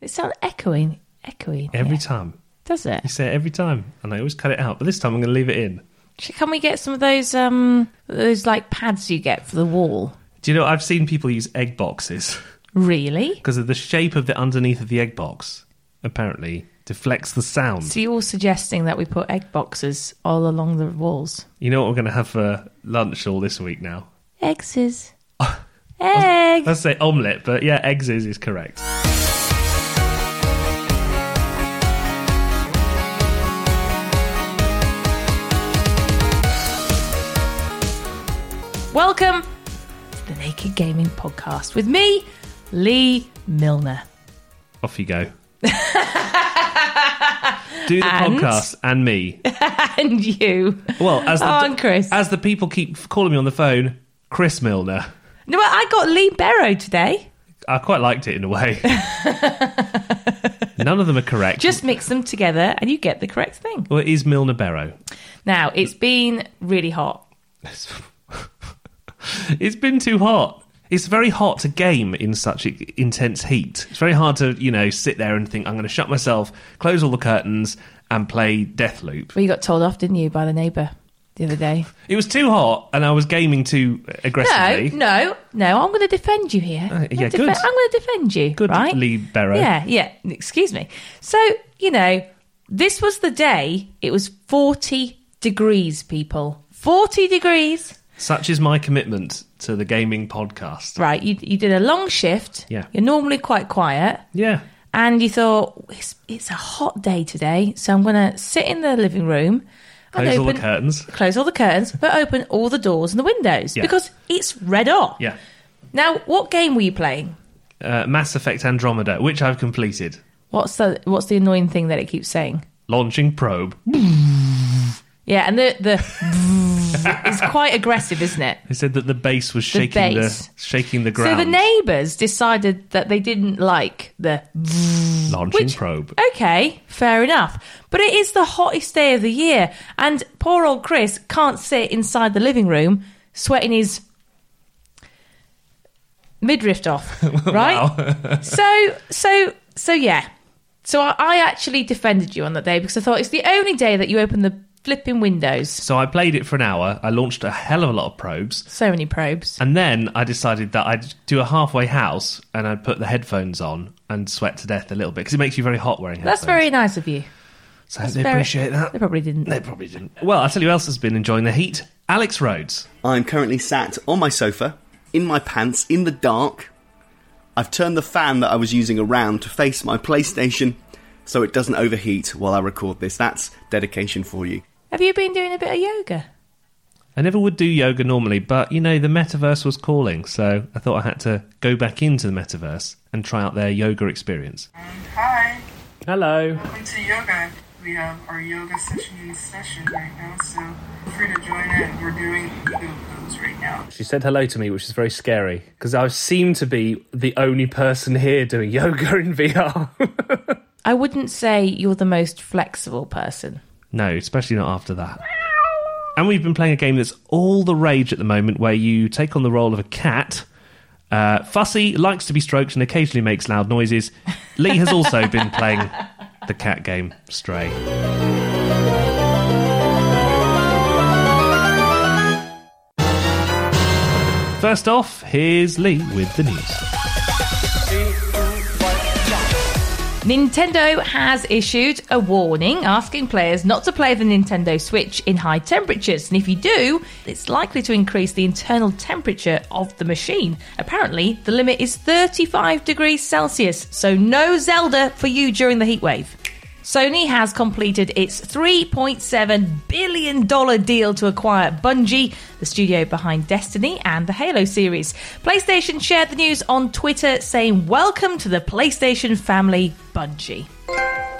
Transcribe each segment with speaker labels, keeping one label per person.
Speaker 1: It sounds echoing. Echoing.
Speaker 2: every
Speaker 1: yeah.
Speaker 2: time.
Speaker 1: Does it?
Speaker 2: You say it every time, and I always cut it out. But this time I'm going to leave it in.
Speaker 1: Sh- Can we get some of those um those like pads you get for the wall?
Speaker 2: Do you know I've seen people use egg boxes
Speaker 1: Really?
Speaker 2: because of the shape of the underneath of the egg box. Apparently, deflects the sound.
Speaker 1: So you're suggesting that we put egg boxes all along the walls?
Speaker 2: You know what we're going to have for lunch all this week now?
Speaker 1: Eggses. Egg.
Speaker 2: Let's say omelette, but yeah, eggs is, is correct.
Speaker 1: Welcome to the Naked Gaming Podcast with me, Lee Milner.
Speaker 2: Off you go. Do the podcast and me.
Speaker 1: And you.
Speaker 2: Well, as the,
Speaker 1: Oh, and Chris.
Speaker 2: as the people keep calling me on the phone, Chris Milner.
Speaker 1: No, well, I got Lee Barrow today.
Speaker 2: I quite liked it in a way. None of them are correct.
Speaker 1: Just mix them together and you get the correct thing.
Speaker 2: well, it is Milner Barrow.
Speaker 1: Now, it's been really hot.
Speaker 2: it's been too hot. It's very hot to game in such i- intense heat. It's very hard to, you know, sit there and think, I'm going to shut myself, close all the curtains, and play Deathloop.
Speaker 1: Well, you got told off, didn't you, by the neighbour the other day?
Speaker 2: It was too hot, and I was gaming too
Speaker 1: No,
Speaker 2: aggressively.
Speaker 1: no, no. I'm going to defend you here. I'm
Speaker 2: Uh,
Speaker 1: gonna
Speaker 2: yeah,
Speaker 1: defe-
Speaker 2: good.
Speaker 1: I'm going to defend you.
Speaker 2: Good, eh?
Speaker 1: right?
Speaker 2: Lee Barrow.
Speaker 1: Yeah, yeah. Excuse me. So you know, this was the day. It was 40 degrees, people. 40 degrees.
Speaker 2: Such is my commitment to the gaming podcast.
Speaker 1: Right. You you did a long shift.
Speaker 2: Yeah.
Speaker 1: You're normally quite quiet.
Speaker 2: Yeah.
Speaker 1: and you thought it's, it's a hot day today, so I'm going to sit in the living room and
Speaker 2: Close all
Speaker 1: open
Speaker 2: the curtains.
Speaker 1: close all the curtains, but open all the doors and the windows
Speaker 2: Yeah.
Speaker 1: because it's red hot.
Speaker 2: Yeah.
Speaker 1: Now, what game were you playing?
Speaker 2: Uh, Mass Effect Andromeda, which I've completed.
Speaker 1: What's the what's the annoying thing that it keeps saying?
Speaker 2: Launching probe.
Speaker 1: Yeah, and the the is quite aggressive, isn't it?
Speaker 2: They said that the base was shaking the,
Speaker 1: bass.
Speaker 2: shaking the
Speaker 1: So
Speaker 2: ground.
Speaker 1: the neighbours decided that they didn't like the
Speaker 2: Launching
Speaker 1: Which-
Speaker 2: probe.
Speaker 1: Okay, fair enough. But it is the hottest day of the year, and poor old Chris can't sit inside the living room sweating his midriff off, right? so, so, so, yeah. So I, I actually defended you on that day because I thought it's the only day that you open the flipping windows.
Speaker 2: So I played it for an hour. I launched a hell of a lot of probes.
Speaker 1: So many probes.
Speaker 2: And then I decided that I'd do a halfway house and I'd put the headphones on and sweat to death a little bit because it makes you very hot wearing headphones.
Speaker 1: That's very nice of you.
Speaker 2: So I hope they
Speaker 1: very-
Speaker 2: appreciate that.
Speaker 1: They probably didn't.
Speaker 2: They probably didn't. Well, I'll tell you who else has been enjoying the heat. Alex Rhodes.
Speaker 3: I'm currently sat on my sofa, in my pants, in the dark. I've turned the fan that I was using around to face my PlayStation so it doesn't overheat while I record this. That's dedication for you.
Speaker 1: Have you been doing a bit of yoga?
Speaker 2: I never would do yoga normally, but you know, the metaverse was calling, so I thought I had to go back into the metaverse and try out their yoga experience.
Speaker 4: Hi,
Speaker 2: Hello.
Speaker 4: welcome to yoga. We have our yoga session in session right now, so feel free to join in. We're doing two of those right now.
Speaker 2: She said hello to me, which is very scary because I seem to be the only person here doing yoga in VR.
Speaker 1: I wouldn't say you're the most flexible person.
Speaker 2: No, especially not after that. And we've been playing a game that's all the rage at the moment, where you take on the role of a cat. Uh, fussy likes to be stroked and occasionally makes loud noises. Lee has also been playing the cat game Stray. First off, here's Lee with the news.
Speaker 1: Nintendo has issued a warning asking players not to play the Nintendo Switch in high temperatures, and if you do, it's likely to increase the internal temperature of the machine. Apparently, the limit is 35 degrees Celsius, so no Zelda for you during the heatwave. Sony has completed its $3.7 billion deal to acquire Bungie, the studio behind Destiny and the Halo series. PlayStation shared the news on Twitter saying, Welcome to the PlayStation family, Bungie.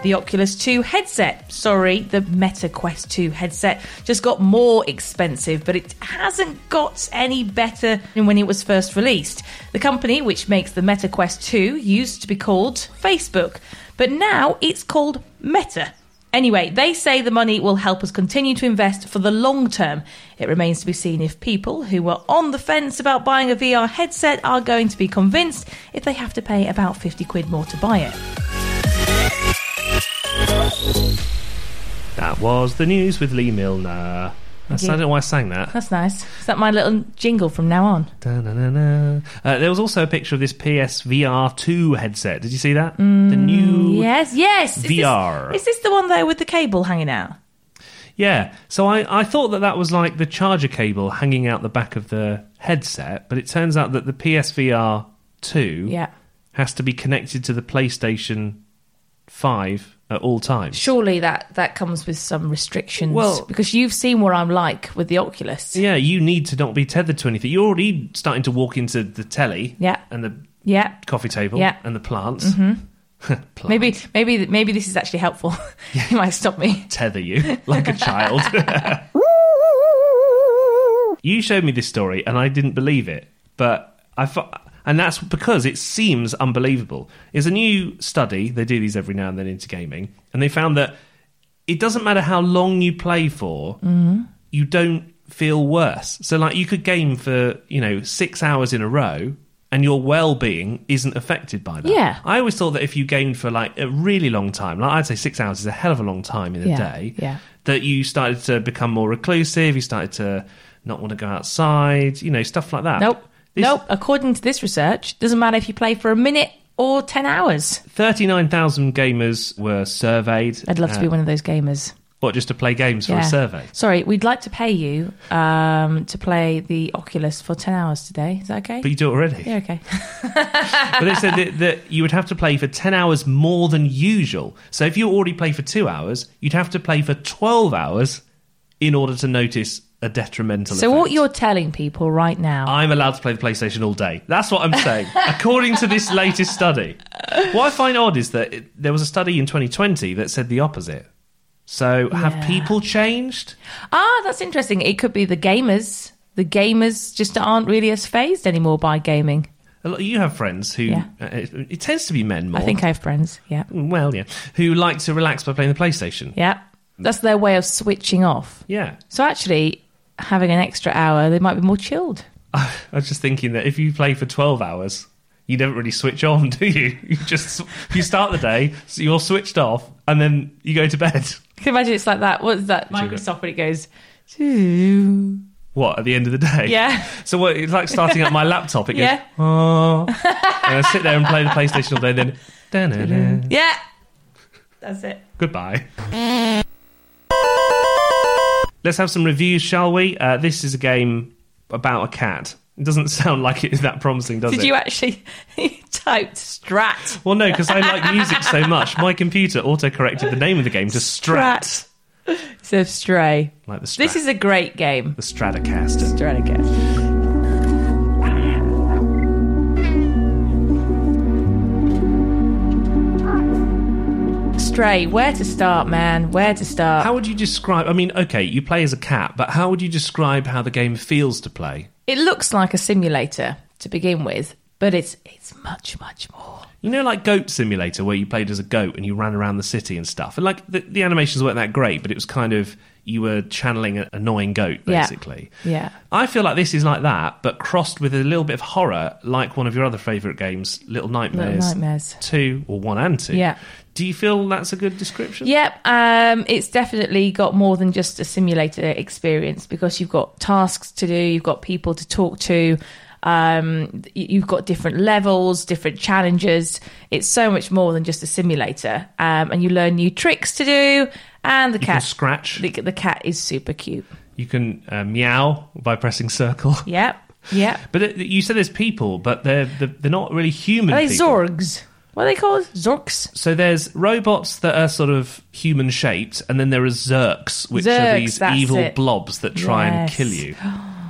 Speaker 1: The Oculus 2 headset, sorry, the Meta Quest 2 headset, just got more expensive, but it hasn't got any better than when it was first released. The company which makes the Meta Quest 2 used to be called Facebook, but now it's called Meta. Anyway, they say the money will help us continue to invest for the long term. It remains to be seen if people who were on the fence about buying a VR headset are going to be convinced if they have to pay about 50 quid more to buy it.
Speaker 2: That was the news with Lee Milner. That's, I
Speaker 1: you.
Speaker 2: don't know why I sang that.
Speaker 1: That's nice. Is that my little jingle from now on?
Speaker 2: Da-na-na-na. Uh, there was also a picture of this PSVR 2 headset. Did you see that?
Speaker 1: Mm,
Speaker 2: the new.
Speaker 1: Yes, yes. Is this-
Speaker 2: VR.
Speaker 1: Is this the one though with the cable hanging out?
Speaker 2: Yeah. So I, I thought that that was like the charger cable hanging out the back of the headset, but it turns out that the PSVR 2
Speaker 1: Yeah.
Speaker 2: has to be connected to the PlayStation 5 at all times.
Speaker 1: Surely that that comes with some restrictions.
Speaker 2: Well-
Speaker 1: because you've seen what I'm like with the Oculus.
Speaker 2: Yeah, you need to not be tethered to anything. You're already starting to walk into the telly
Speaker 1: Yeah.
Speaker 2: and the
Speaker 1: Yeah.
Speaker 2: coffee table
Speaker 1: Yeah.
Speaker 2: and the plants. Mm-hmm. plants
Speaker 1: Maybe maybe maybe this is actually helpful. you might stop me.
Speaker 2: tether you like a child. you showed me this story and I didn't believe it, but I fo- and that's because it seems unbelievable. It's a new study. They do these every now and then into gaming, and they found that it doesn't matter how long you play for,
Speaker 1: Mm-hmm.
Speaker 2: you don't feel worse. So like you could game for you know six hours in a row. And your well-being isn't affected by that.
Speaker 1: Yeah.
Speaker 2: I always thought that if you gamed for like a really long time, like I'd say six hours is a hell of a long time in a
Speaker 1: Yeah,
Speaker 2: day,
Speaker 1: yeah.
Speaker 2: that you started to become more reclusive, you started to not want to go outside, you know, stuff like that.
Speaker 1: Nope.
Speaker 2: This-
Speaker 1: nope. According to this research, doesn't matter if you play for a minute or ten hours.
Speaker 2: 39,000 gamers were surveyed.
Speaker 1: I'd love to be
Speaker 2: Uh,
Speaker 1: one of those gamers.
Speaker 2: What, just to play games for a survey?
Speaker 1: Sorry, we'd like to pay you um, to play the Oculus for ten hours today. Is that okay?
Speaker 2: But you do it already.
Speaker 1: yeah, okay.
Speaker 2: but they said that, that you would have to play for 10 hours more than usual. So if you already play for two hours, you'd have to play for 12 hours in order to notice a detrimental
Speaker 1: So
Speaker 2: effect.
Speaker 1: what you're telling people right now?
Speaker 2: I'm allowed to play the PlayStation all day. That's what I'm saying, according to this latest study. What I find odd is that it, there was a study in 2020 that said the opposite. So have
Speaker 1: Yeah.
Speaker 2: people changed?
Speaker 1: Ah, that's interesting. It could be the gamers. The gamers just aren't really as phased anymore by gaming.
Speaker 2: A lot, you have friends who
Speaker 1: Yeah.
Speaker 2: uh, it, it tends to be men more. Mm,
Speaker 1: I think I have friends. Yeah.
Speaker 2: well, yeah, who like to relax by playing the PlayStation.
Speaker 1: Yeah. That's their way of switching off.
Speaker 2: Yeah.
Speaker 1: So actually, having an extra hour, they might be more chilled.
Speaker 2: I was just thinking that if you play for 12 hours, you don't really switch on, do you? You just you start the day, so you're switched off, and then you go to bed.
Speaker 1: Can you imagine it's like that? What's that? Microsoft when it goes. "Zoo."
Speaker 2: What at the end of the day?
Speaker 1: Yeah.
Speaker 2: So what, it's like starting up my laptop. It goes,
Speaker 1: Yeah.
Speaker 2: oh, and I sit there and play the PlayStation all day. Then, da-na-na,
Speaker 1: Yeah. That's it.
Speaker 2: goodbye. Let's have some reviews, shall we? Uh, this is a game about a cat. It doesn't sound like it is that promising, does
Speaker 1: Did
Speaker 2: it?
Speaker 1: you actually you typed Strat?
Speaker 2: well, no, because I like music so much. My computer auto-corrected the name of the game to Strat,
Speaker 1: Strat. Instead of Stray.
Speaker 2: like the Strat,
Speaker 1: This is a great game.
Speaker 2: the Stratocaster.
Speaker 1: Stratocaster. Stray. Where to start, man? Where to start?
Speaker 2: How would you describe? I mean, okay, you play as a cat, but how would you describe how the game feels to play?
Speaker 1: It looks like a simulator to begin with, but it's it's much much more.
Speaker 2: You know, like Goat Simulator, where you played as a goat and you ran around the city and stuff. And like the, the animations weren't that great, but it was kind of you were channeling an annoying goat,
Speaker 1: Yeah.
Speaker 2: basically.
Speaker 1: Yeah.
Speaker 2: I feel like this is like that, but crossed with a little bit of horror, like one of your other favourite games, Little Nightmares.
Speaker 1: Nightmares.
Speaker 2: Two or one and two.
Speaker 1: Yeah.
Speaker 2: Do you feel that's a good description?
Speaker 1: Yep, um, it's definitely got more than just a simulator experience because you've got tasks to do, you've got people to talk to, um, y- you've got different levels, different challenges. It's so much more than just a simulator, um, and you learn new tricks to do. And the
Speaker 2: You can
Speaker 1: cat,
Speaker 2: scratch.
Speaker 1: the, the cat is super cute.
Speaker 2: You can uh, meow by pressing circle.
Speaker 1: Yep, yep.
Speaker 2: But it, you said there's people, but they're they're, they're not really human.
Speaker 1: Are they
Speaker 2: people.
Speaker 1: Zorgs? What are they called? Zorks.
Speaker 2: So there's robots that are sort of human shaped, and then there are Zerks, which are
Speaker 1: Zerks,
Speaker 2: these
Speaker 1: that's
Speaker 2: evil
Speaker 1: it.
Speaker 2: blobs that try and
Speaker 1: Yes.
Speaker 2: kill you.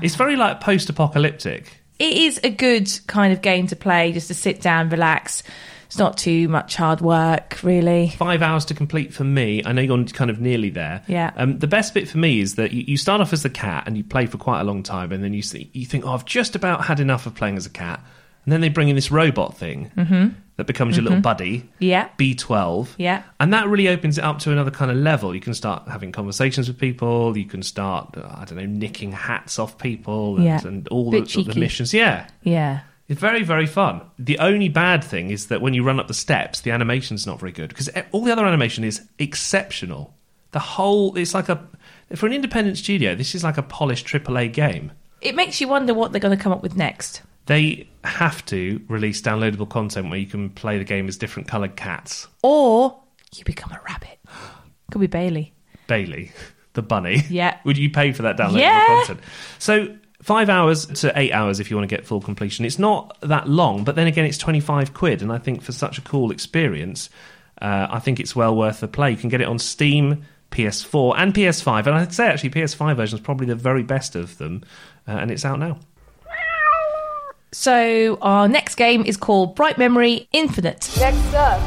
Speaker 2: It's very like post apocalyptic.
Speaker 1: it is a good kind of game to play just to sit down relax it's not too much hard work really
Speaker 2: Five hours to complete for me. I know you're kind of nearly there.
Speaker 1: Yeah.
Speaker 2: Um, the best bit for me is that you, you start off as the cat and you play for quite a long time, and then you see, you think, oh, I've just about had enough of playing as a cat. And then they bring in this robot thing
Speaker 1: Mm-hmm.
Speaker 2: that becomes your little buddy.
Speaker 1: yeah
Speaker 2: B12.
Speaker 1: Yeah.
Speaker 2: And that really opens it up to another kind of level. You can start having conversations with people. You can start, uh, I don't know, nicking hats off people and,
Speaker 1: Yeah.
Speaker 2: and all
Speaker 1: Bit
Speaker 2: the, the
Speaker 1: cheeky.
Speaker 2: missions. Yeah.
Speaker 1: yeah
Speaker 2: It's very, very fun. The only bad thing is that when you run up the steps, the animation's not very good because all the other animation is exceptional. The whole, it's like a, for an independent studio, this is like a polished AAA game.
Speaker 1: It makes you wonder what they're going to come up with next.
Speaker 2: They have to release downloadable content where you can play the game as different coloured cats.
Speaker 1: Or you become a rabbit. Could be Bailey.
Speaker 2: Bailey, the bunny.
Speaker 1: Yeah.
Speaker 2: Would you pay for that downloadable
Speaker 1: Yeah.
Speaker 2: content? So five hours to eight hours if you want to get full completion. It's not that long, but then again, it's twenty five quid, and I think for such a cool experience, uh, I think it's well worth the play. You can get it on Steam. PS4 and PS5, and I'd say actually PS5 version is probably the very best of them, uh, and it's out now.
Speaker 1: So our next game is called Bright Memory Infinite.
Speaker 5: Next up,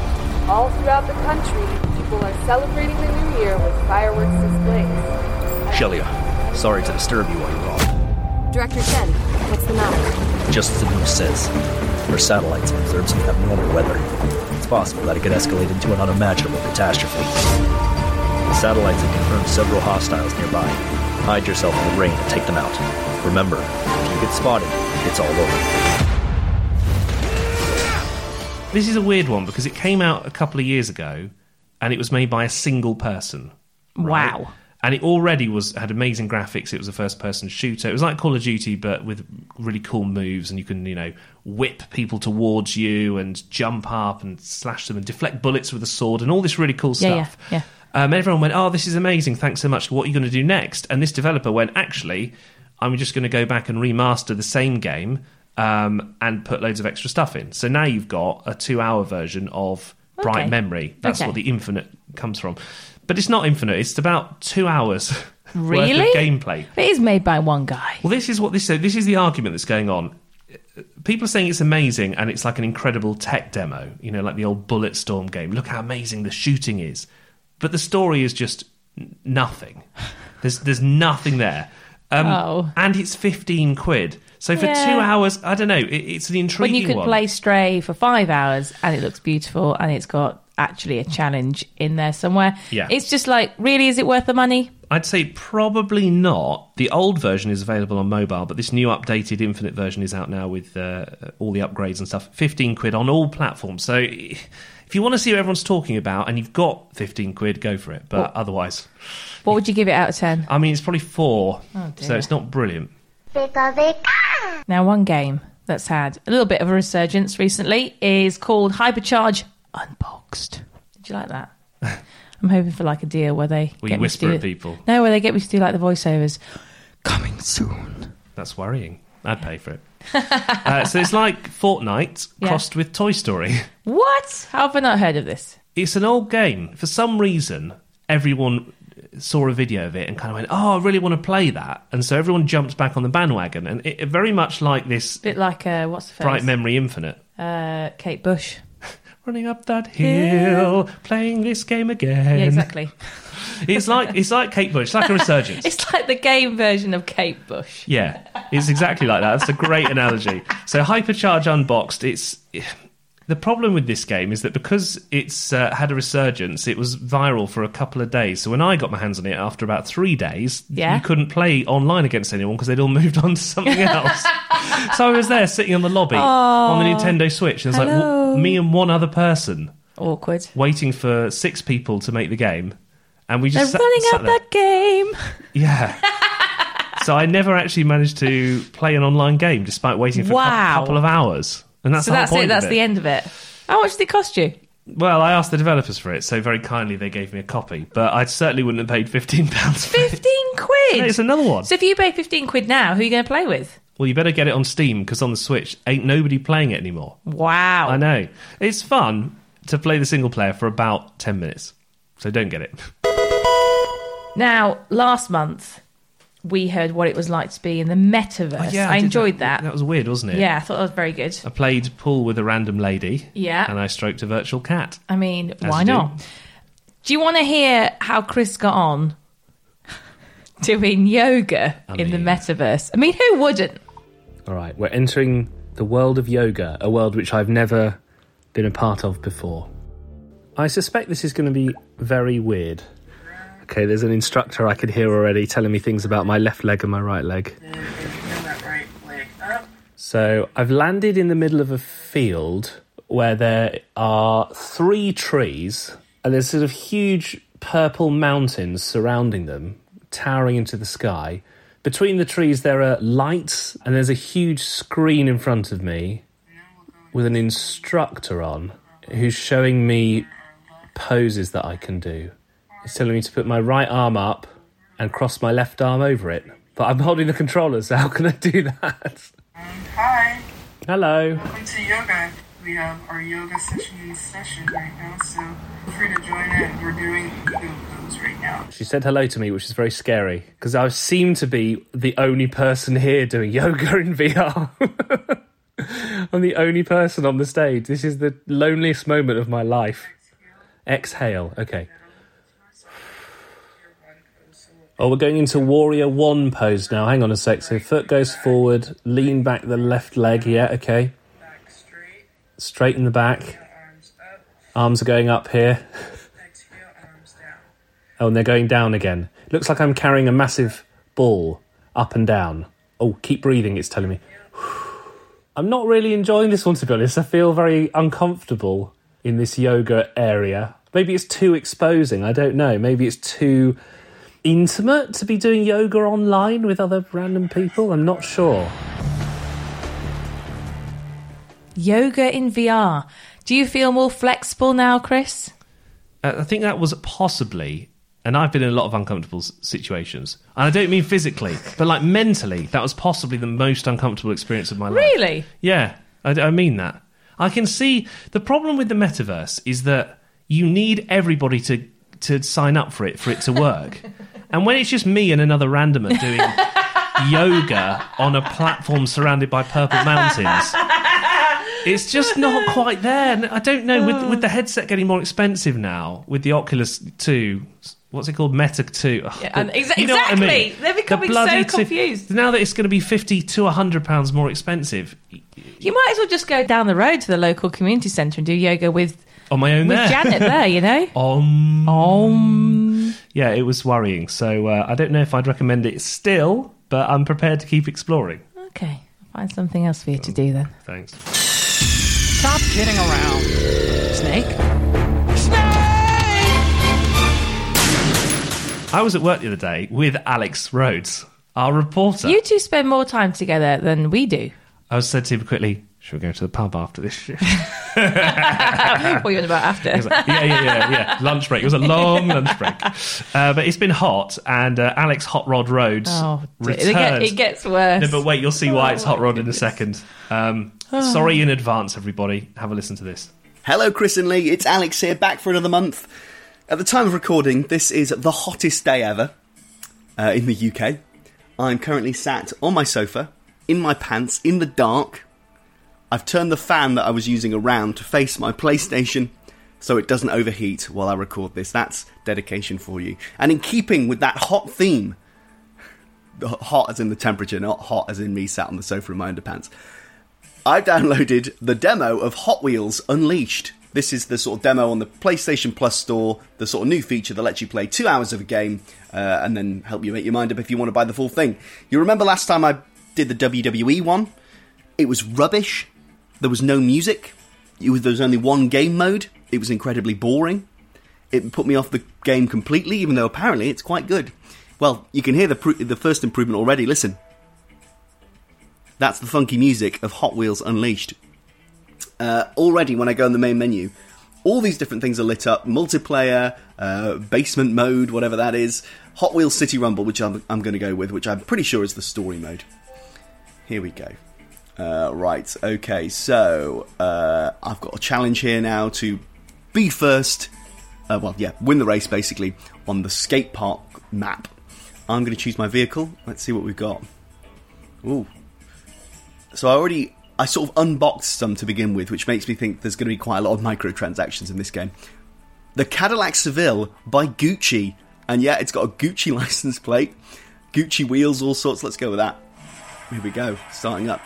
Speaker 5: all throughout the country, people are celebrating the new year with fireworks displays.
Speaker 6: Shelia, sorry to disturb you while you're off.
Speaker 7: Director Chen, what's the matter?
Speaker 6: Just as the news says, her satellites observed some abnormal weather. It's possible that it could escalate into an unimaginable catastrophe. The satellites have confirmed several hostiles nearby. Hide yourself in the rain and take them out. Remember, if you get spotted, it's all over.
Speaker 2: This is a weird one because it came out a couple of years ago, and it was made by a single person.
Speaker 1: Wow.
Speaker 2: And it already was had amazing graphics. It was a first person shooter. It was like Call of Duty, but with really cool moves, and you can you know whip people towards you and jump up and slash them and deflect bullets with a sword and all this really cool
Speaker 1: Yeah, yeah,
Speaker 2: stuff.
Speaker 1: yeah.
Speaker 2: Um, everyone went, "Oh, this is amazing! Thanks so much. What are you going to do next?" And this developer went, "Actually, I'm just going to go back and remaster the same game um, and put loads of extra stuff in." So now you've got a two-hour version of Bright
Speaker 1: Okay.
Speaker 2: Memory. That's
Speaker 1: Okay.
Speaker 2: what the infinite comes from. But it's not infinite. It's about two hours
Speaker 1: Really?
Speaker 2: worth of gameplay.
Speaker 1: It is made by one guy.
Speaker 2: Well, this is what this. So this is the argument that's going on. People are saying it's amazing and it's like an incredible tech demo. You know, like the old Bulletstorm game. Look how amazing the shooting is, but the story is just n- nothing. There's there's nothing there. Um,
Speaker 1: Oh.
Speaker 2: And it's fifteen quid. So for
Speaker 1: Yeah.
Speaker 2: two hours, I don't know. It, it's an
Speaker 1: When
Speaker 2: intriguing
Speaker 1: you could
Speaker 2: one.
Speaker 1: play Stray for five hours and it looks beautiful and it's got actually a challenge in there somewhere.
Speaker 2: Yeah.
Speaker 1: It's just like, really, is it worth the money?
Speaker 2: I'd say probably not. The old version is available on mobile, but this new updated Infinite version is out now with uh, all the upgrades and stuff. 15 quid on all platforms. So if you want to see what everyone's talking about and you've got 15 quid, go for it. But otherwise,
Speaker 1: What would you give it out of 10?
Speaker 2: I mean, it's probably four.
Speaker 1: Oh, dear.
Speaker 2: so it's not brilliant.
Speaker 1: Now, one game that's had a little bit of a resurgence recently is called Hypercharge Unboxed. Did you like that? I'm hoping for like a deal where they
Speaker 2: Where
Speaker 1: get me
Speaker 2: you whisper
Speaker 1: to do
Speaker 2: at people.
Speaker 1: No, where they get me to do like the voiceovers. Coming soon.
Speaker 2: That's worrying. I'd pay for it. uh, so it's like Fortnite
Speaker 1: Yeah.
Speaker 2: crossed with Toy Story.
Speaker 1: What? How have I not heard of this?
Speaker 2: it's an old game. For some reason, everyone saw a video of it and kind of went, "Oh, I really want to play that," and so everyone jumped back on the bandwagon. And it, it very much like this
Speaker 1: bit like uh, what's the face?
Speaker 2: Bright Memory Infinite,
Speaker 1: uh, Kate Bush.
Speaker 2: running up that hill, playing this game again.
Speaker 1: Yeah, exactly.
Speaker 2: It's like it's like Kate Bush. It's like a resurgence.
Speaker 1: It's like the game version of Kate Bush.
Speaker 2: Yeah, it's exactly like that. That's a great analogy. So Hypercharge Unboxed, it's the problem with this game is that because it's uh, had a resurgence, it was viral for a couple of days. So when I got my hands on it after about three days,
Speaker 1: Yeah.
Speaker 2: you couldn't play online against anyone because they'd all moved on to something else. so I was there sitting on the lobby on the Nintendo Switch, and it's like
Speaker 1: Hello.
Speaker 2: w- me and one other person
Speaker 1: Awkward.
Speaker 2: waiting for six people to make the game, and we
Speaker 1: They're
Speaker 2: just sat,
Speaker 1: running
Speaker 2: sat
Speaker 1: out
Speaker 2: there.
Speaker 1: that game.
Speaker 2: Yeah. so I never actually managed to play an online game despite waiting for a
Speaker 1: Wow.
Speaker 2: cou- couple of hours. And that's
Speaker 1: So
Speaker 2: the whole
Speaker 1: that's
Speaker 2: point
Speaker 1: it.
Speaker 2: of
Speaker 1: That's the end of it. How much did it cost you?
Speaker 2: Well, I asked the developers for it, so very kindly they gave me a copy, but I certainly wouldn't have paid £15 for it.
Speaker 1: Fifteen quid.
Speaker 2: It's another one.
Speaker 1: So if you pay fifteen quid now, who are you going to play with?
Speaker 2: Well, you better get it on Steam because on the Switch, ain't nobody playing it anymore.
Speaker 1: Wow.
Speaker 2: I know. It's fun to play the single player for about 10 minutes, so don't get it.
Speaker 1: Now, last month we heard what it was like to be in the metaverse. I,
Speaker 2: Oh, did
Speaker 1: enjoyed that.
Speaker 2: That was Um, weird, wasn't it?
Speaker 1: Yeah, I thought that was very good.
Speaker 2: I played pool with a random lady.
Speaker 1: Yeah.
Speaker 2: And I stroked a virtual cat.
Speaker 1: I mean, why
Speaker 2: you do.
Speaker 1: not? Do. you want to hear how Chris got on doing yoga
Speaker 2: I
Speaker 1: in the
Speaker 2: mean-
Speaker 1: metaverse? I mean, who wouldn't?
Speaker 8: All right, we're entering the world of yoga, a world which I've never been a part of before. I suspect this is going to be very weird. Okay, there's an instructor I could hear already telling me things about my left leg and my right leg.
Speaker 4: And if you feel that right leg up,
Speaker 8: So I've landed in the middle of a field where there are three trees, and there's sort of huge purple mountains surrounding them, towering into the sky. Between the trees, there are lights, and there's a huge screen in front of me with an instructor on who's showing me poses that I can do. He's telling me to put my right arm up and cross my left arm over it. But I'm holding the controller, so how can I do that?
Speaker 4: Hi,
Speaker 8: Hello.
Speaker 4: welcome to yoga. We have our yoga session in session right now, so feel free to join in. We're doing those right now.
Speaker 8: She said hello to me, which is very scary because I seem to be the only person here doing yoga in VR. I'm the only person on the stage. This is the loneliest moment of my life. Exhale. Okay. Oh, we're going into warrior one pose now. Hang on a sec. So foot goes forward, lean back the left leg. Yeah, okay.
Speaker 4: Back straight,
Speaker 8: Straighten the back.
Speaker 4: arms up,
Speaker 8: Arms are going up here.
Speaker 4: exhale, arms down.
Speaker 8: Oh, and they're going down again. Looks like I'm carrying a massive ball up and down. Oh, keep breathing, it's telling me. I'm not really enjoying this one, to be honest. I feel very uncomfortable in this yoga area. Maybe it's too exposing, I don't know. Maybe it's too intimate to be doing yoga online with other random people. I'm not sure.
Speaker 1: Yoga in VR. Do you feel more flexible now, Chris?
Speaker 2: Uh, I think that was possibly, and I've been in a lot of uncomfortable s- situations, and I don't mean physically, but like mentally, that was possibly the most uncomfortable experience of my life.
Speaker 1: Really?
Speaker 2: Yeah, I, I mean that. I can see the problem with the metaverse is that you need everybody to to sign up for it for it to work, and when it's just me and another randomer doing yoga on a platform surrounded by purple mountains. It's just not quite there. And I don't know. With with the headset getting more expensive now, with the Oculus Two, what's it called, Meta Two? Ugh,
Speaker 1: Yeah, and
Speaker 2: the-
Speaker 1: exa-
Speaker 2: you know what I
Speaker 1: exactly.
Speaker 2: mean?
Speaker 1: They're
Speaker 2: The
Speaker 1: becoming so
Speaker 2: bloody two-
Speaker 1: confused.
Speaker 2: now that it's going to be fifty to hundred pounds more expensive
Speaker 1: You might as well just go down the road to the local community centre and do yoga with,
Speaker 2: on my own.
Speaker 1: with
Speaker 2: there.
Speaker 1: Janet there, you know?
Speaker 2: Um,
Speaker 1: Um,
Speaker 2: yeah, it was worrying. So uh, I don't know if I'd recommend it still, but I'm prepared to keep exploring.
Speaker 1: okay, I'll find something else for you to do then.
Speaker 2: Thanks.
Speaker 9: Stop kidding around. Snake?
Speaker 2: I was at work the other day with Alex Rhodes, our reporter.
Speaker 1: You two spend more time together than we do.
Speaker 2: I was said to him quickly, "Should we go to the pub after this?" shift?"
Speaker 1: what you on about after?
Speaker 2: It was like, yeah, yeah, yeah, yeah. Lunch break. It was a long lunch break. Uh, but it's been hot, and uh, Alex Hot Rod Rhodes
Speaker 1: Oh, dear. it, get,
Speaker 2: returned.
Speaker 1: it gets worse.
Speaker 2: no, but wait, you'll see why
Speaker 1: Oh,
Speaker 2: it's Hot
Speaker 1: my
Speaker 2: Rod in a
Speaker 1: goodness.
Speaker 2: second. Um, sorry in advance, everybody. Have a listen to this.
Speaker 3: Hello, Chris and Lee. It's Alex here, back for another month. At the time of recording, this is the hottest day ever uh, in the UK. I'm currently sat on my sofa, in my pants, in the dark. I've turned the fan that I was using around to face my PlayStation so it doesn't overheat while I record this. That's dedication for you. And in keeping with that hot theme, the hot as in the temperature, not hot as in me sat on the sofa in my underpants. I downloaded the demo of Hot Wheels Unleashed. This is the sort of demo on the PlayStation Plus store, the sort of new feature that lets you play two hours of a game uh, and then help you make your mind up if you want to buy the full thing. You remember last time I did the WWE one? It was rubbish. There was no music. It was, there was only one game mode. It was incredibly boring. It put me off the game completely, even though apparently it's quite good. Well, you can hear the, pro- the first improvement already. Listen. That's the funky music of Hot Wheels Unleashed. Uh, already, when I go in the main menu, all these different things are lit up multiplayer, uh, basement mode, whatever that is, Hot Wheels City Rumble, which I'm, I'm going to go with, which I'm pretty sure is the story mode. Here we go. Uh, right, okay, so uh, I've got a challenge here now to be first, uh, well, yeah, win the race basically on the skate park map. I'm going to choose my vehicle. Let's see what we've got. Ooh, so I already I sort of unboxed some to begin with, which makes me think there's going to be quite a lot of microtransactions in this game. The Cadillac Seville by Gucci, and yeah, it's got a Gucci license plate, Gucci wheels, all sorts. Let's go with that. Here we go, starting up.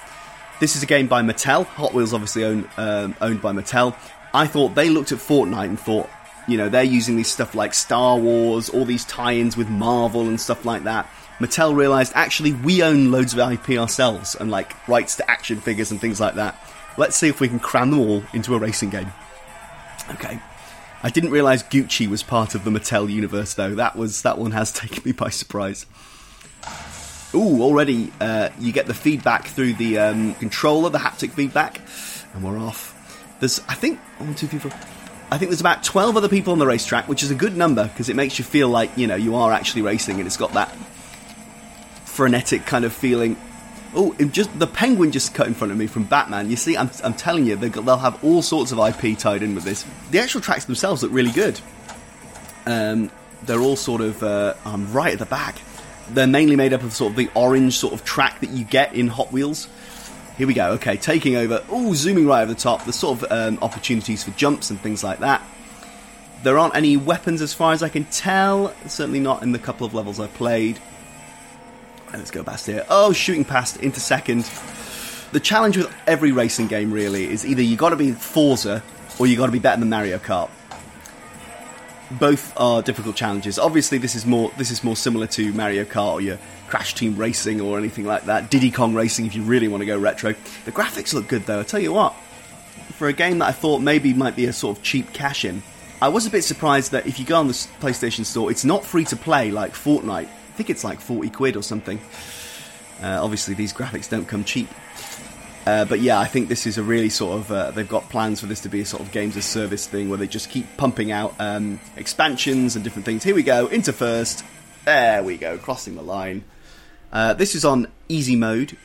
Speaker 3: This is a game by Mattel. Hot Wheels, obviously own, um, owned by Mattel. I thought they looked at Fortnite and thought, you know, they're using these stuff like Star Wars, all these tie-ins with Marvel and stuff like that. Mattel realised actually we own loads of IP ourselves and like rights to action figures and things like that. Let's see if we can cram them all into a racing game. Okay. I didn't realise Gucci was part of the Mattel universe though. That was that one has taken me by surprise. Ooh, already uh, you get the feedback through the um, controller, the haptic feedback, and we're off. There's, I think, one, two, three, four. I think there's about 12 other people on the racetrack, which is a good number because it makes you feel like, you know, you are actually racing and it's got that frenetic kind of feeling. Oh, it just the penguin just cut in front of me from Batman. You see, I'm, I'm telling you, they'll, they'll have all sorts of IP tied in with this. The actual tracks themselves look really good. Um, they're all sort of uh, um, right at the back. They're mainly made up of sort of the orange sort of track that you get in Hot Wheels. Here we go. Okay, taking over. Oh, zooming right over the top. There's sort of um, opportunities for jumps and things like that. There aren't any weapons as far as I can tell. Certainly not in the couple of levels I played. And let's go past here. Oh, shooting past into second. The challenge with every racing game really is either you got to be Forza or you got to be better than Mario Kart. Both are difficult challenges. Obviously, this is more this is more similar to Mario Kart or your Crash Team Racing or anything like that. Diddy Kong Racing, if you really want to go retro. The graphics look good though. I tell you what, for a game that I thought maybe might be a sort of cheap cash in, I was a bit surprised that if you go on the s- PlayStation Store, it's not free to play like Fortnite. I think it's like 40 quid or something. Uh, obviously, these graphics don't come cheap. Uh, but yeah, I think this is a really sort of. Uh, they've got plans for this to be a sort of games as service thing where they just keep pumping out um, expansions and different things. Here we go, into first. There we go, crossing the line. Uh, this is on easy mode.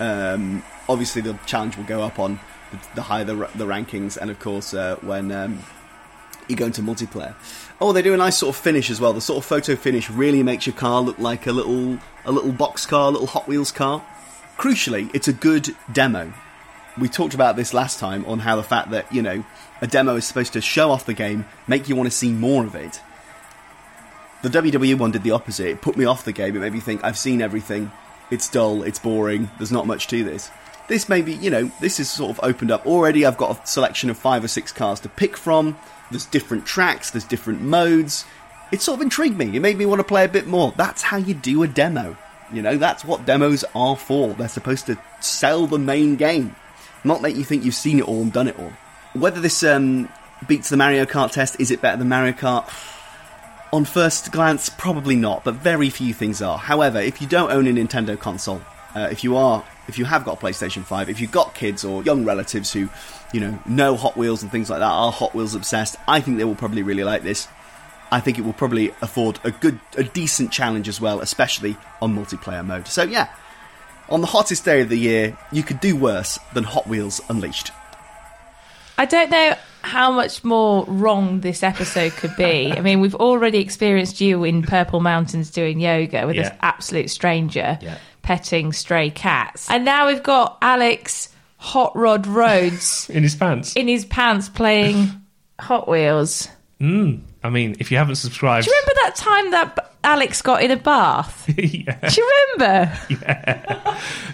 Speaker 3: Um, obviously, the challenge will go up on the, the higher the, ra- the rankings, and of course, uh, when um, you go into multiplayer. Oh, they do a nice sort of finish as well. The sort of photo finish really makes your car look like a little a little box car, a little Hot Wheels car. Crucially, it's a good demo. We talked about this last time on how the fact that you know a demo is supposed to show off the game, make you want to see more of it. The WWE one did the opposite. It put me off the game. It made me think I've seen everything. It's dull. It's boring. There's not much to this. This may be, you know, this is sort of opened up already. I've got a selection of five or six cars to pick from. There's different tracks. There's different modes. It sort of intrigued me. It made me want to play a bit more. That's how you do a demo. You know, that's what demos are for. They're supposed to sell the main game, not make you think you've seen it all and done it all. Whether this um, beats the Mario Kart test, is it better than Mario Kart? On first glance, probably not, but very few things are. However, if you don't own a Nintendo console, uh, if you are, if you have got a PlayStation 5, if you've got kids or young relatives who, you know, know Hot Wheels and things like that, are Hot Wheels obsessed, I think they will probably really like this. I think it will probably afford a good, a decent challenge as well, especially on multiplayer mode. So yeah, on the hottest day of the year, you could do worse than Hot Wheels Unleashed.
Speaker 1: I don't know how much more wrong this episode could be. I mean, we've already experienced you in Purple Mountains doing yoga with
Speaker 2: Yeah.
Speaker 1: this absolute stranger
Speaker 2: Yeah.
Speaker 1: petting stray cats. And now we've got Alex Hot Rod Rhodes
Speaker 2: in his pants.
Speaker 1: in his pants playing Hot Wheels.
Speaker 2: I mean, if you haven't subscribed,
Speaker 1: Do you remember that time that b- Alex got in a bath?
Speaker 2: yeah,
Speaker 1: Do you remember?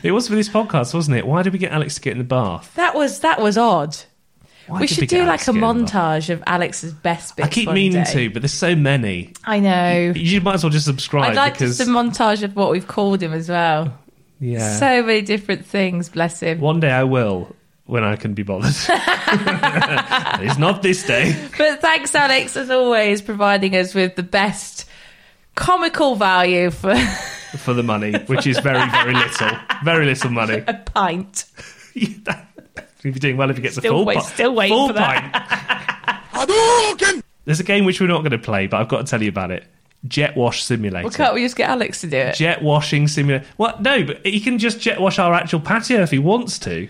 Speaker 2: it was for this podcast, wasn't it? Why did we get Alex to get in the bath?
Speaker 1: That was that was odd.
Speaker 2: Why
Speaker 1: we
Speaker 2: did
Speaker 1: should
Speaker 2: get
Speaker 1: do
Speaker 2: Alex
Speaker 1: like a
Speaker 2: to get in the bath?
Speaker 1: montage of Alex's best bits.
Speaker 2: I keep
Speaker 1: one
Speaker 2: meaning
Speaker 1: day.
Speaker 2: to, but there's so many.
Speaker 1: I know.
Speaker 2: You might as well just subscribe
Speaker 1: I'd like
Speaker 2: because
Speaker 1: just a montage of what we've called him as well.
Speaker 2: yeah.
Speaker 1: So many different things, bless him.
Speaker 2: One day I will when I can be bothered. it's not this day.
Speaker 1: But thanks, Alex, as always, providing us with the best comical value for
Speaker 2: for the money, which is very, very little. Very little money.
Speaker 1: a pint.
Speaker 2: You'll be doing well if he gets
Speaker 1: Still
Speaker 2: a full
Speaker 1: wait-
Speaker 2: pint.
Speaker 1: still waiting
Speaker 2: full
Speaker 1: for that.
Speaker 2: pint. There's a game which we're not going to play, but I've got to tell you about it. Jet wash simulator.
Speaker 1: Well, can't we just get Alex to do it?
Speaker 2: Jet washing simulator. What? No, but he can just jet wash our actual patio if he wants to.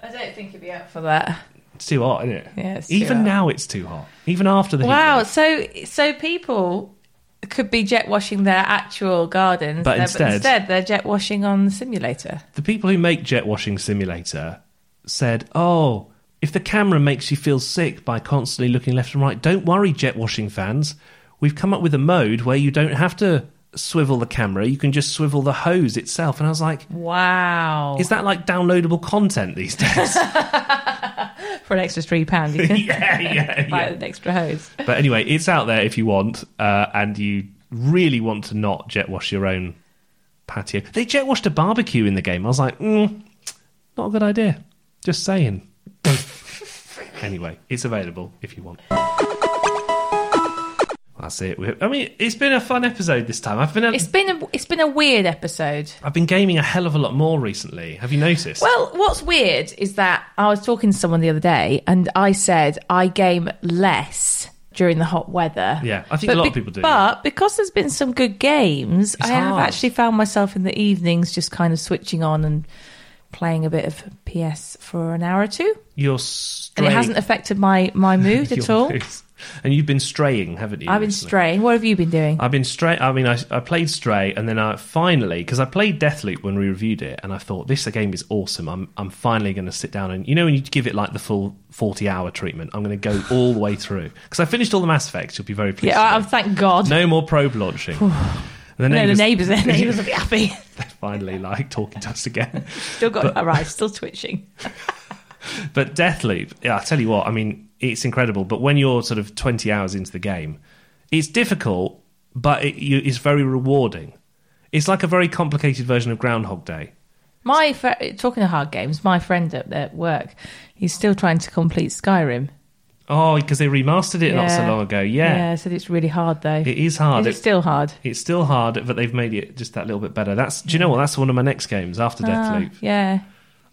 Speaker 1: I don't think he'd be up for that.
Speaker 2: It's too hot, isn't it?
Speaker 1: Yeah, it's too
Speaker 2: Even
Speaker 1: hot.
Speaker 2: now, it's too hot. Even after the heat
Speaker 1: Wow,
Speaker 2: wave.
Speaker 1: so so people could be jet washing their actual gardens,
Speaker 2: But
Speaker 1: they're-
Speaker 2: instead-
Speaker 1: instead they're jet washing on the simulator.
Speaker 2: the people who make Jet Washing Simulator said, "Oh, if the camera makes you feel sick by constantly looking left and right, don't worry, jet washing fans. We've come up with a mode where you don't have to swivel the camera; you can just swivel the hose itself." And I was like,
Speaker 1: Wow,
Speaker 2: "Is that like downloadable content these days?"
Speaker 1: for an extra three pound, you can
Speaker 2: yeah, yeah,
Speaker 1: buy
Speaker 2: yeah.
Speaker 1: an extra hose.
Speaker 2: But anyway, it's out there if you want, uh, and you really want to not jet wash your own patio. They jet washed a barbecue in the game. I was like, mm, not a good idea. Just saying. anyway, it's available if you want. That's it. We- I mean, it's been a fun episode this time. I've been a,
Speaker 1: It's been a, it's been a weird episode.
Speaker 2: I've been gaming a hell of a lot more recently. Have you noticed?
Speaker 1: Well, what's weird is that I was talking to someone the other day and I said I game less during the hot weather.
Speaker 2: Yeah, I think a lot of people do,
Speaker 1: But because there's been some good games, I have
Speaker 2: hard.
Speaker 1: actually found myself in the evenings just kind of switching on and playing a bit of PS for an hour or two.
Speaker 2: You're
Speaker 1: And
Speaker 2: straying.
Speaker 1: it hasn't affected my, my mood at
Speaker 2: Your
Speaker 1: all.
Speaker 2: moods. And you've been straying, haven't you?
Speaker 1: I've been
Speaker 2: recently?
Speaker 1: straying. What have you been doing?
Speaker 2: I've been Stray. I mean, I, I played Stray, and then I finally because I played Deathloop when we reviewed it, and I thought this game is awesome. I'm I'm finally going to sit down and you know when you give it like the full forty hour treatment, I'm going to go all the way through because I finished all the Mass Effects. You'll be very pleased.
Speaker 1: yeah, I,
Speaker 2: to
Speaker 1: I'm,
Speaker 2: know.
Speaker 1: thank God. No,
Speaker 2: no more probe launching. And the
Speaker 1: the neighbours, the neighbours will be happy.
Speaker 2: they're finally like talking to us again.
Speaker 1: Still got all right, still twitching.
Speaker 2: But Deathloop, yeah, I tell you what, I mean, it's incredible. But when you're sort of 20 hours into the game, it's difficult, but it, you, it's very rewarding. It's like a very complicated version of Groundhog Day.
Speaker 1: My fr- talking of hard games, my friend up there at work, he's still trying to complete Skyrim.
Speaker 2: Oh, because they remastered it not so
Speaker 1: Yeah.
Speaker 2: long ago. Yeah,
Speaker 1: yeah, said it's really hard though.
Speaker 2: it is hard.
Speaker 1: Is it still hard?
Speaker 2: It's still hard, but they've made it just that little bit better. That's do you know what? That's one of my next games after Deathloop.
Speaker 1: Ah, yeah.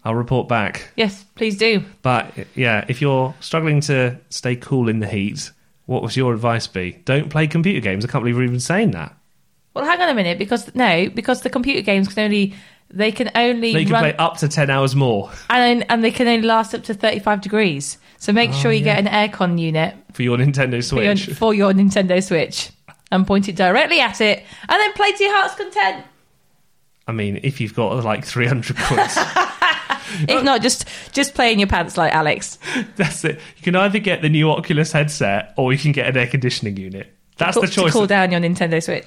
Speaker 2: I'll report back.
Speaker 1: Yes, please do.
Speaker 2: But yeah, if you're struggling to stay cool in the heat, what was your advice be? Don't play computer games. I can't believe we're even saying that.
Speaker 1: Well, hang on a minute because no, because the computer games can only they can only
Speaker 2: No, you can
Speaker 1: run
Speaker 2: play up to 10 hours more
Speaker 1: and and they can only last up to thirty five degrees. So make
Speaker 2: Oh,
Speaker 1: sure you get an aircon unit
Speaker 2: for your Nintendo
Speaker 1: for your,
Speaker 2: Switch.
Speaker 1: for your Nintendo Switch and point it directly at it, and then play to your heart's content.
Speaker 2: I mean, if you've got like 300 quid,
Speaker 1: If not, just just play in your pants like Alex.
Speaker 2: that's it. You can either get the new Oculus headset or you can get an air conditioning unit. That's the
Speaker 1: to
Speaker 2: choice.
Speaker 1: cool down your Nintendo Switch.